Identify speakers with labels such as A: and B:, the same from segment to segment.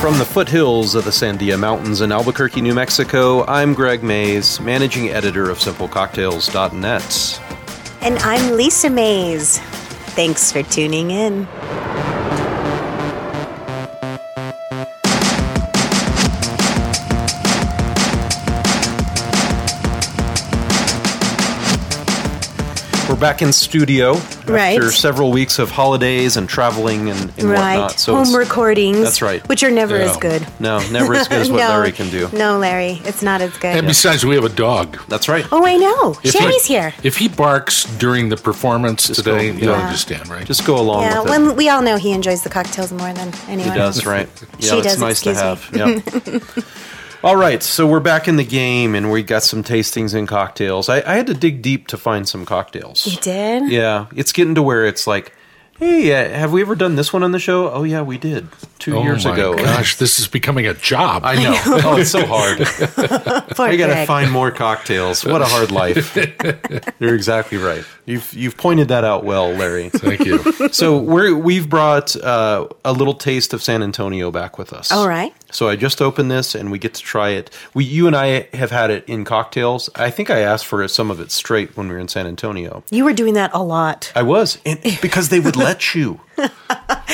A: From the foothills of the Sandia Mountains in Albuquerque, New Mexico, I'm Greg Mays, managing editor of SimpleCocktails.net.
B: And I'm Lisa Mays. Thanks for tuning in.
A: We're back in studio
B: Right.
A: after several weeks of holidays and traveling and, and
B: right.
A: whatnot. So
B: Home
A: it's-
B: recordings.
A: That's right.
B: Which are never
C: Yeah.
B: as good.
A: no, never as good as what
B: no,
A: Larry can do.
B: No, Larry. It's not as good.
C: And besides, we have a dog.
A: That's right.
B: Oh, I know.
C: If
B: Shammy's
C: he,
B: here.
C: If he barks during the performance today,
A: go.
C: you don't
B: Yeah.
C: understand, right?
A: Just go along
B: Yeah,
A: with it.
B: when, we all know he enjoys the cocktails more than
A: He
B: anyone.
A: does, right? Yeah,
B: She
A: it's
B: does,
A: nice to have.
B: excuse
A: Yeah. All right, so we're back in the game, and we got some tastings and cocktails. I, I had to dig deep to find some cocktails.
B: You did?
A: Yeah, it's getting to where it's like, hey, uh, have we ever done this one on the show? Oh yeah, we did two
C: oh
A: years
C: my
A: ago.
C: gosh, this is becoming a job.
A: I know. oh, it's so hard.
B: Poor
A: I gotta
B: Greg.
A: find more cocktails. What a hard life. You're exactly right. You've you've pointed that out well, Larry.
C: Thank you.
A: So we're we've brought uh, a little taste of San Antonio back with us.
B: All right.
A: So I just opened this and we get to try it. We you and I have had it in cocktails. I think I asked for some of it straight when we were in San Antonio.
B: You were doing that a lot.
A: I was and because they would let you.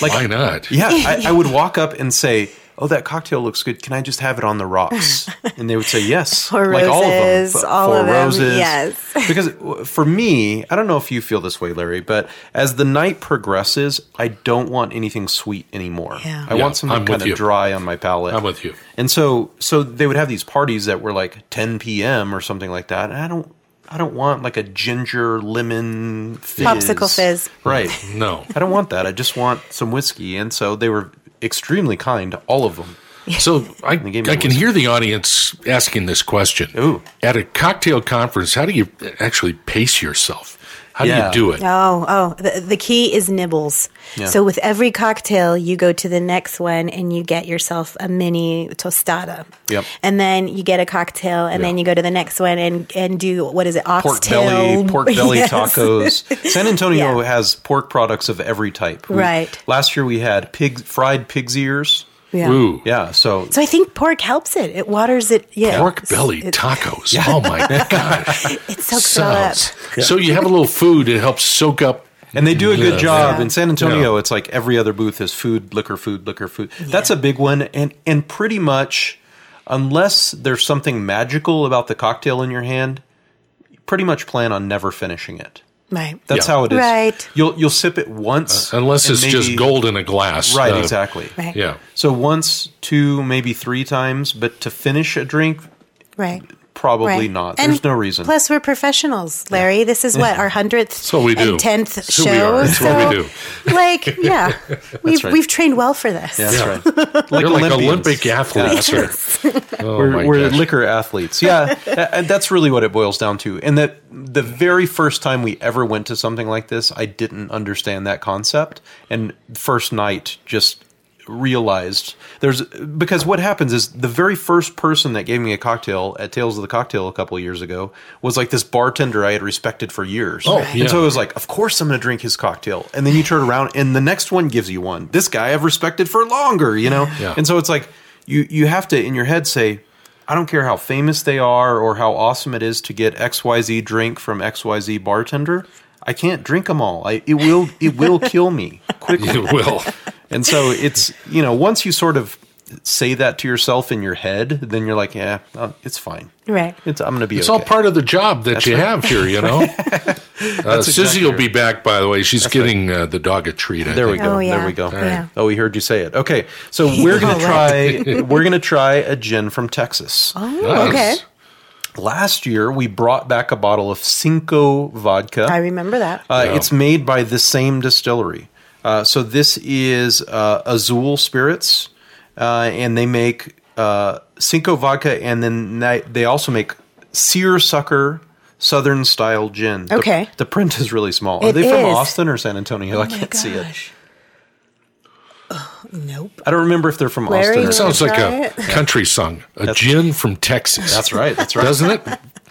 C: Why not?
A: Yeah, I, I would walk up and say. Oh, that cocktail looks good. Can I just have it on the rocks? And they would say yes,
B: For
A: like all of them,
B: roses,
A: F-
B: all
A: for
B: of them,
A: roses.
B: yes.
A: because w- for me, I don't know if you feel this way, Larry, but as the night progresses, I don't want anything sweet anymore.
B: Yeah.
A: I
C: Yeah,
A: want something
C: I'm with
A: kind of
C: you.
A: dry on my palate.
C: I'm with you.
A: And so, so they would have these parties that were like 10 p.m. or something like that. And I don't, I don't want like a ginger lemon fizz.
B: Popsicle fizz.
A: right?
C: No.
A: I don't want that. I just want some whiskey. And so they were extremely kind, all of them.
C: So I, I
A: gave me
C: can
A: one.
C: hear the audience asking this question.
A: Ooh.
C: At a cocktail conference, how do you actually pace yourself? How
A: Yeah.
C: do you do it?
B: Oh, oh, the, the key is nibbles. So with every cocktail, you go to the next one and you get yourself a mini tostada.
A: Yep.
B: And then you get a cocktail and then you go to the next one and, and do, what is it, oxtail?
A: pork belly, pork belly
B: Yes.
A: tacos. San Antonio
B: Yeah.
A: has pork products of every type. We-
B: Right.
A: Last year we had pig fried pig's ears.
B: Yeah.
C: Ooh.
A: Yeah, so
B: So I think pork helps it. It waters it. Yeah.
C: Pork belly tacos. Oh my gosh.
B: It soaks it all up.
C: Sounds. So you have a little food, it helps soak up.
A: and they do a good
C: Yeah.
A: job
B: Yeah.
A: in San Antonio. It's like every other booth is food, liquor, food, liquor, food. That's a big one, and and pretty much, unless there's something magical about the cocktail in your hand, pretty much plan on never finishing it.
B: Right.
A: That's
C: Yeah. Uh,
A: how it is.
B: Right.
A: You'll you'll sip it once,
C: Unless
A: and
C: it's just
A: maybe-
C: gold in a glass.
A: Right.
C: Uh,
A: exactly.
B: Right.
C: Yeah.
A: So once, two, maybe three times, but to finish a drink,
B: Right.
A: probably
B: Right.
A: not.
B: And
A: There's no reason.
B: Plus, we're professionals, Larry. This is what our hundredth
C: what we do.
B: and tenth
C: That's
B: show.
C: who we are. That's
B: so,
C: what we
B: like, yeah, we've
A: right.
B: we've trained well for this.
A: yeah, that's right. Like
C: You're like
A: Olympians.
C: Olympic athletes. Or, oh
A: We're,
C: my
A: we're
C: gosh.
A: liquor athletes. Yeah, a- and that's really what it boils down to. And that the very first time we ever went to something like this, I didn't understand that concept. And first night, just realized there's because what happens is the very first person that gave me a cocktail at Tales of the Cocktail a couple of years ago was like this bartender I had respected for years.
C: Oh, yeah.
A: And so it was like, of course I'm going to drink his cocktail. And then you turn around and the next one gives you one. This guy I've respected for longer, you know?
C: Yeah.
A: And so it's like you you have to in your head say, I don't care how famous they are or how awesome it is to get XYZ drink from XYZ bartender. I can't drink them all. I, it will it will kill me quickly.
C: You will.
A: And so it's, you know, once you sort of say that to yourself in your head, then you're like, yeah, uh, it's fine.
B: Right.
A: It's I'm going to be
C: It's
A: okay.
C: all part of the job that you have here, you know? uh, Sissy
A: exactly
C: will
A: right.
C: be back, by the way. She's getting uh, the dog a treat. I
A: There we
C: think.
A: go.
B: Oh, yeah.
A: There we go.
B: All right. Yeah.
A: Oh, we heard you say it. Okay, so we're gonna try. we're gonna try a gin from Texas.
B: Oh, okay.
C: Nice.
A: Last year, we brought back a bottle of Cinco vodka.
B: I remember that.
A: Uh,
C: Yeah.
A: It's made by the same distillery. Uh, so this is uh, Azul Spirits, uh, and they make uh, Cinco vodka, and then they, they also make seersucker southern style gin. The-
B: Okay.
A: The, print is really small. Are
B: It
A: they from
B: is.
A: Austin or San Antonio? I
B: Oh my
A: can't see it.
B: Ugh, nope.
A: I don't remember if they're from
B: Larry,
A: Austin. Or
B: you
C: Sounds like
B: Try
C: a country song. A gin from Texas.
A: That's right. That's right.
C: Doesn't it?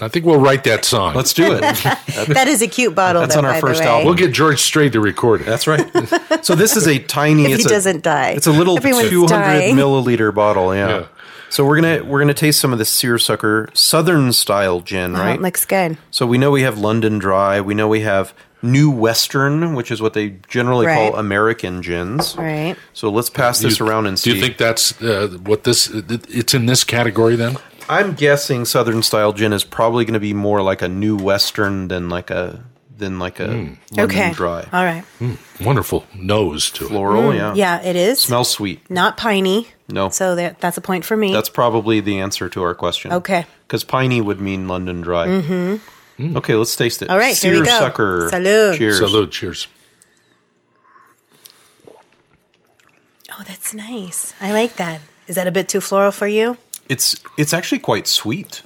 C: I think we'll write that song.
A: Let's do it.
B: that is a cute bottle.
A: That's
B: though,
A: on our
B: by the
A: first
B: way.
A: album.
C: we'll get George Strait to record it.
A: That's right. So this is a tiny.
B: If
A: it's
B: he
A: a,
B: doesn't die.
A: It's a little
B: Everyone's
A: 200
B: dying.
A: milliliter bottle. Yeah.
C: Yeah.
A: So we're gonna we're gonna taste some of this seersucker southern style gin,
B: Oh,
A: right?
B: it looks good.
A: so we know we have London Dry. We know we have New Western, which is what they generally call
B: Right.
A: American gins.
B: Right.
A: So let's pass this
C: You-
A: around and see.
C: Do you think that's uh, what this? It's in this category then.
A: I'm guessing Southern style gin is probably going to be more like a new Western than like a than like a
C: Hmm.
A: London
B: okay.
A: dry
B: All right.
C: Wonderful nose to it.
A: floral. Yeah,
B: mm, Yeah, it is.
A: smells sweet.
B: Not piney.
A: No.
B: So that, that's a point for me.
A: That's probably the answer to our question.
B: Okay.
A: because piney would mean London dry. Mm-hmm. Okay, let's taste it.
B: All right, here we go.
A: Seersucker.
B: Salud.
A: Cheers.
C: Salud. Cheers.
B: oh, that's nice. I like that. Is that a bit too floral for you?
A: It's it's actually quite sweet.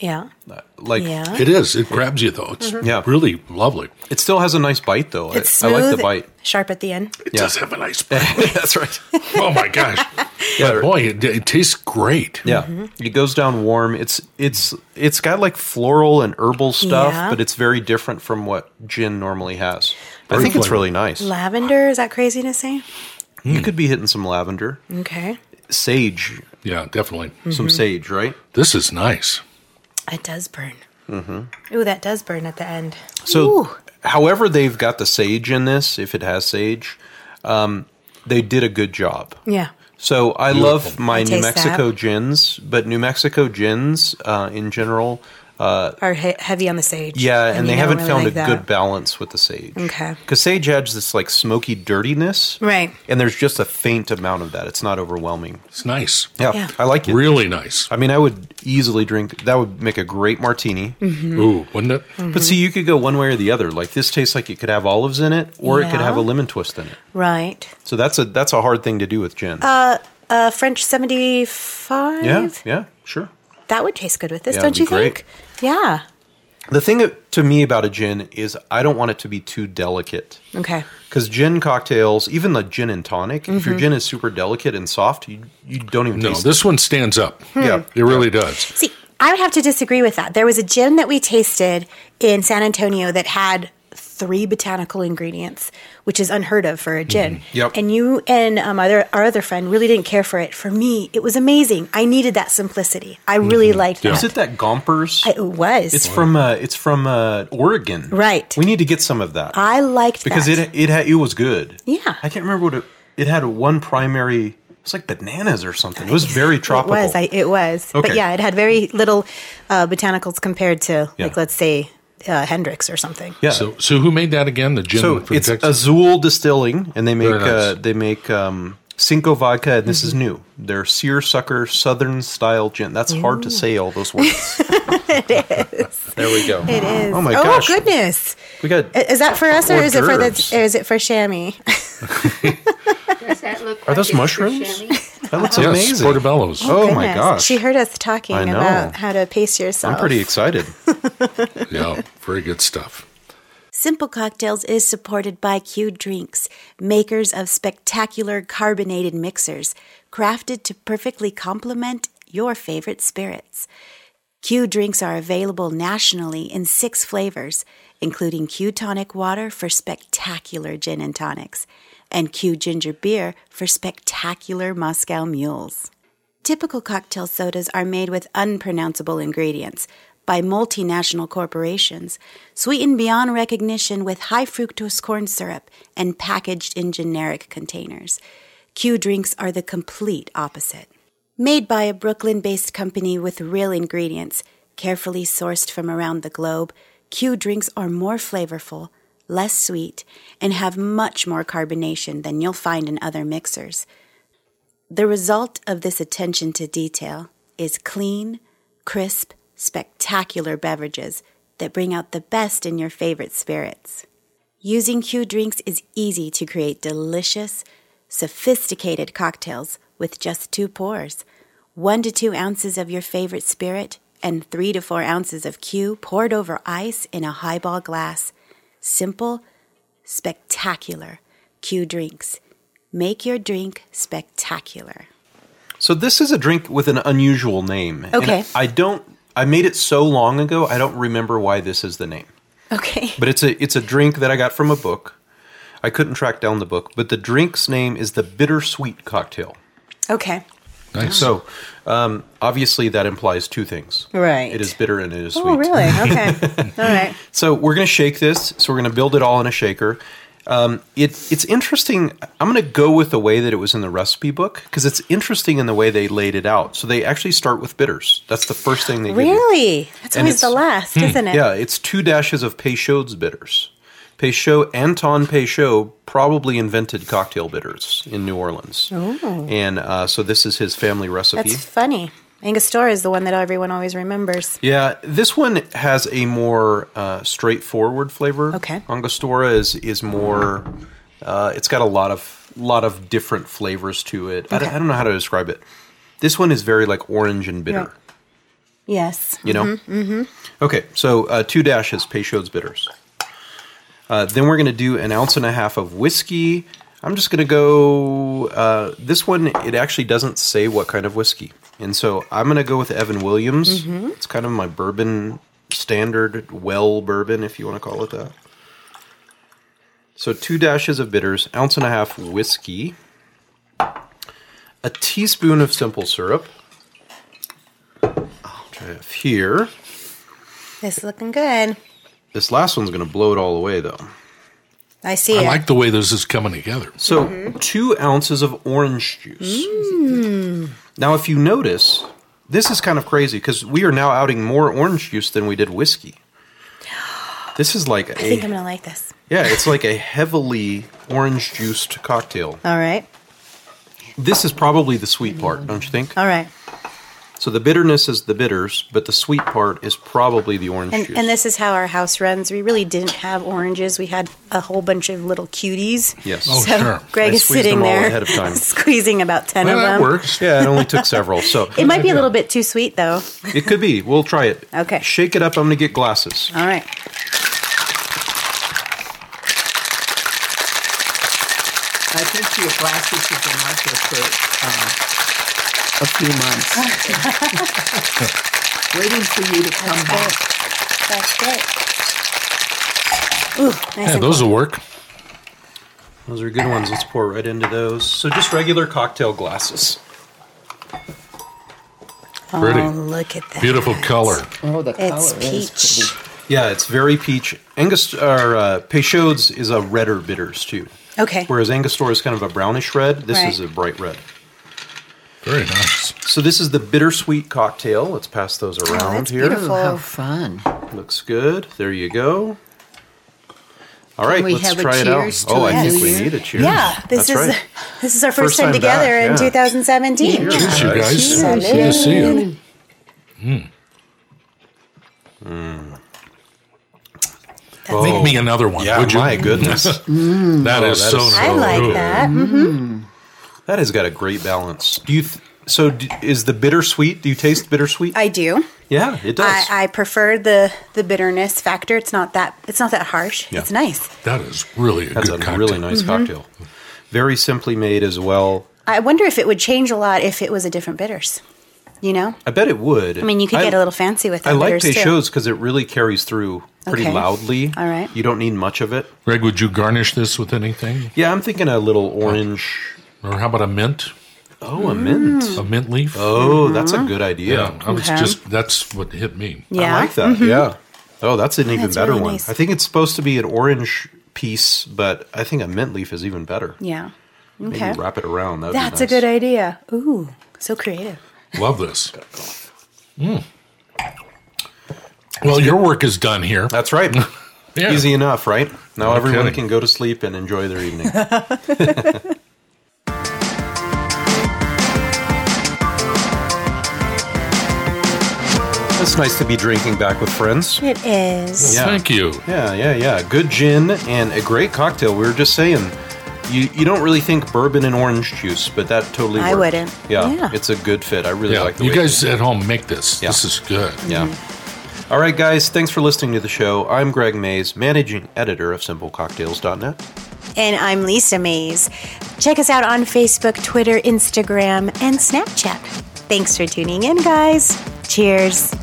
B: Yeah.
A: Like
B: Yeah.
C: It is. It grabs you though. It's
A: Mm-hmm. Yeah.
C: really lovely.
A: it still has a nice bite though.
B: It's
A: I, I
B: smooth.
A: like the bite.
B: Sharp at the end.
C: It
A: Yeah.
C: does have a nice. bite.
A: That's right.
C: oh my gosh. But boy, it, it tastes great.
A: Yeah,
B: Mm-hmm.
A: it goes down warm. It's it's it's got like floral and herbal stuff,
B: Yeah.
A: but it's very different from what gin normally has. I
C: Very
A: think it's
C: flavorful. Hmm.
A: really nice.
B: Lavender, is that crazy to say?
A: You could be hitting some lavender,
B: Okay.
A: sage,
C: Yeah, definitely.
B: Mm-hmm.
A: some sage, right?
C: This is nice.
B: It does burn. Mm-hmm. Ooh, that does burn at the end.
A: So,
B: Ooh.
A: however, they've got the sage in this, if it has sage, um, they did a good job.
B: Yeah.
A: So I love my
B: I
A: New
B: taste
A: Mexico
B: that.
A: gins, but New Mexico gins uh, in general,
B: Are he- heavy on the sage.
A: Yeah,
B: I
A: and,
B: mean,
A: they
B: I
A: haven't
B: really
A: found
B: like
A: a
B: that.
A: good balance with the sage.
B: Okay.
A: Because sage adds this like smoky dirtiness.
B: Right.
A: And there's just a faint amount of that. It's not overwhelming.
C: It's nice.
A: Yeah.
B: Yeah.
A: I like it.
C: Really nice.
A: I mean, I would easily drink that would make a great martini.
B: Mm-hmm.
C: Ooh, wouldn't it?
A: But see, you could go one way or the other. Like this tastes like it could have olives in it or it could
B: Yeah.
A: have a lemon twist in it.
B: Right.
A: So that's a that's a hard thing to do with gin.
B: Uh, A French 75?
A: yeah. Yeah, sure.
B: That would taste good with this,
A: Yeah, it'd
B: don't
A: be
B: you
A: great.
B: think? Yeah.
A: The thing that- to me about a gin is I don't want it to be too delicate.
B: Okay.
A: Because gin cocktails, even the gin and tonic, if
B: Mm-hmm.
A: your gin is super delicate and soft, you, you don't even
C: No,
A: taste
C: this one stands up.
A: Hmm. Yeah.
C: It really does.
B: See, I would have to disagree with that. There was a gin that we tasted in San Antonio that had three botanical ingredients, which is unheard of for a gin.
A: Mm-hmm. Yep.
B: And you and um, other, our other friend really didn't care for it. For me, it was amazing. I needed that simplicity. I really liked
A: it.
B: that.
A: Mm-hmm. Is it that Gompers?
B: I- it was.
A: it's from uh, it's from uh, Oregon.
B: Right.
A: We need to get some of that
B: I liked
A: because
B: that.
A: it it had, it was good.
B: Yeah.
A: I can't remember what it it had one primary. It's like bananas or something. It was very tropical.
B: It was. I, it was.
A: Okay.
B: But yeah, it had very little uh, botanicals compared to,
A: Yeah.
B: like, let's say, uh, Hendrix or something.
A: yeah. So,
C: So, so who made that again? The gin from
A: it's
C: Texas?
A: Azul Distilling, and they make
C: Very nice.
A: uh, they make um, Cinco vodka, and this is new. They're seersucker Southern style gin. That's hard to say all those words. There we go.
B: It is.
A: Oh my gosh.
B: goodness.
A: We got.
B: I- Is that for us, or
A: Hors
B: is it for the?
A: d'oeuvres.
B: Or is it for Shammy?
D: Does that look
A: Are
D: like
A: those
D: it's for
A: mushrooms?
D: chamois?
A: That looks
C: yes,
A: amazing.
C: portobellos.
A: Oh, my
B: Goodness.
A: gosh.
B: She heard us talking
A: I know.
B: about how to pace yourself.
A: I'm pretty excited.
C: yeah, very good stuff.
B: Simple Cocktails is supported by Q Drinks, makers of spectacular carbonated mixers crafted to perfectly complement your favorite spirits. Q Drinks are available nationally in six flavors, including Q Tonic Water for spectacular gin and tonics, and Q Ginger Beer for spectacular Moscow Mules. Typical cocktail sodas are made with unpronounceable ingredients by multinational corporations, sweetened beyond recognition with high fructose corn syrup and packaged in generic containers. Q drinks are the complete opposite. Made by a Brooklyn based company with real ingredients, carefully sourced from around the globe, Q drinks are more flavorful, less sweet, and have much more carbonation than you'll find in other mixers. The result of this attention to detail is clean, crisp, spectacular beverages that bring out the best in your favorite spirits. Using Q drinks is easy to create delicious, sophisticated cocktails with just two pours. One to two ounces of your favorite spirit and three to four ounces of Q poured over ice in a highball glass. Simple, spectacular Q drinks. Make your drink spectacular.
A: So this is a drink with an unusual name. and
B: Okay.
A: I don't I made it so long ago, I don't remember why this is the name.
B: Okay.
A: But it's a it's a drink that I got from a book. I couldn't track down the book, but the drink's name is the bittersweet cocktail.
B: Okay.
C: Nice.
A: So, um, obviously, that implies two things.
B: Right.
A: It is bitter and it is sweet.
B: Oh, really? Okay. All right.
A: So we're going to shake this. So we're going to build it all in a shaker. Um, it, it's interesting. I'm going to go with the way that it was in the recipe book because it's interesting in the way they laid it out. So they actually start with bitters. That's the first thing they give you.
B: Really? That's
A: And
B: always the
A: it's- Hmm.
B: last, isn't it?
A: Yeah, it's two dashes of Peychaud's bitters. Peychaud, Anton Peychaud probably invented cocktail bitters in New Orleans. And uh, so this is his family recipe.
B: Oh. That's funny. Angostura is the one that everyone always remembers.
A: Yeah, this one has a more uh, straightforward flavor.
B: Okay.
A: Angostura is is more. Uh, it's got a lot of lot of different flavors to it. I, don't,
B: Okay.
A: I don't know how to describe it. This one is very like orange and bitter.
B: Yes.
A: You know. Mm-hmm. Okay, so uh, two dashes Peychaud's bitters. Uh, then we're going to do an ounce and a half of whiskey. I'm just going to go. Uh, this one, it actually doesn't say what kind of whiskey. And so I'm going to go with Evan Williams. It's kind of my bourbon standard, well bourbon, if you want to call it that. So two dashes of bitters, ounce and a half whiskey, a teaspoon of simple syrup. Which I have here.
B: This is looking good.
A: This last one's going to blow it all away, though.
B: I see
C: I
B: it.
C: like the way this is coming together.
A: So,
B: Mm-hmm.
A: two ounces of orange juice.
B: Mm.
A: Now, if you notice, this is kind of crazy because we are now outing more orange juice than we did whiskey. This is like
B: I think I'm
A: a
B: going to like this.
A: yeah, it's like a heavily orange juiced cocktail.
B: All right.
A: This is probably the sweet part, don't you think?
B: All right.
A: So the bitterness is the bitters, but the sweet part is probably the orange
B: And,
A: juice.
B: and this is how our house runs. We really didn't have oranges. We had a whole bunch of little cuties.
A: yes.
C: Oh,
B: So
C: sure.
B: Greg
A: I
B: is
A: squeezed
B: sitting
A: them all
B: there
A: ahead of time.
B: squeezing about 10
C: Well,
B: of
C: that
B: them.
C: works.
A: Yeah, it only took several. So
B: It might be a little bit too sweet, though.
A: It could be. We'll try it.
B: Okay.
A: Shake it up. I'm going to get glasses.
B: All right.
E: I think your glasses have been like this for uh, a few months. Waiting for you to come back.
B: That's it. Ooh, nice
C: Yeah,
B: and
C: those will work.
A: Those are good ones. Let's pour right into those. So just regular cocktail glasses.
C: Pretty.
B: Oh, look at that.
C: Beautiful color.
E: Oh, the
B: It's
E: color is
B: peach.
E: pretty.
A: Yeah, it's very peach. Angost- or, uh, Peychaud's is a redder bitters too,
B: Okay.
A: whereas Angostura is kind of a brownish red. This
B: Right.
A: is a bright red.
C: Very nice.
A: So this is the bittersweet cocktail. Let's pass those around
B: Oh, that's
A: here.
B: beautiful.
E: How fun.
A: Looks good. There you go. All right,
E: we
A: let's
E: have a
A: try it out.
E: cheers to
A: Oh, I
E: it?
A: think we
E: Yes.
A: need a cheers.
B: yeah, this
A: That's
B: is
A: right.
B: this is our first,
A: First
B: time,
A: time
B: together
A: back,
B: in
A: yeah.
B: 2017.
C: Cheers, you guys.
B: Cheers.
C: Good to see you. Make me another one,
A: Yeah,
C: would you?
A: my goodness.
C: That
A: Oh,
C: is
A: that
C: so
A: is-
C: nice.
B: I like
C: Ooh.
B: that. Mm,
A: That has got a great balance. Do you? Th- so d- is the bittersweet? Do you taste bittersweet?
B: I do.
A: yeah, it does.
B: I, I prefer the the bitterness factor. It's not that it's not that harsh.
A: Yeah.
B: It's nice.
C: That is really a
A: That's
C: good
A: a
C: cocktail.
A: really nice
B: Mm-hmm.
A: cocktail. Very simply made as well.
B: I wonder if it would change a lot if it was a different bitters. You know,
A: I bet it would.
B: I mean, you could get a little fancy with.
A: I
B: the
A: like
B: bitters too.
A: Peychaud's because it really carries through pretty
B: Okay.
A: loudly.
B: All right.
A: You don't need much of it.
C: Greg, would you garnish this with anything?
A: Yeah, I'm thinking a little orange.
C: Or how about a mint?
A: Oh, a mint.
B: Mm.
C: A mint leaf?
A: Oh, that's a good idea.
C: yeah. I was
B: Okay.
C: just that's what hit me.
B: Mm-hmm. Yeah. Mm-hmm.
A: I like that. Yeah. Oh, that's an even
B: That's
A: better
B: really
A: one.
B: nice.
A: I think it's supposed to be an orange piece, but I think a mint leaf is even better.
B: Yeah.
A: Maybe
B: Okay.
A: wrap it around. That'd be nice.
B: That's a good idea. Ooh, so creative.
C: Love this. Mm. Well, your work is done here.
A: That's right.
C: Yeah.
A: Easy enough, right? Now
C: No
A: everyone
C: kidding.
A: can go to sleep and enjoy their evening. it's nice to be drinking back with friends.
B: It is.
A: Yeah.
C: Thank you.
A: Yeah, yeah, yeah. Good gin and a great cocktail. We were just saying, you you don't really think bourbon and orange juice, but that totally.
B: I
A: worked.
B: wouldn't.
A: Yeah,
B: Yeah.
A: it's a good fit. I really
C: Yeah.
A: like the
C: you
A: way
C: guys at home make this.
A: Yeah.
C: This is good.
A: Yeah. All right, guys, thanks for listening to the show. I'm Greg Mays, managing editor of SimpleCocktails.net.
B: And I'm Lisa Mays. Check us out on Facebook, Twitter, Instagram, and Snapchat. Thanks for tuning in, guys. Cheers.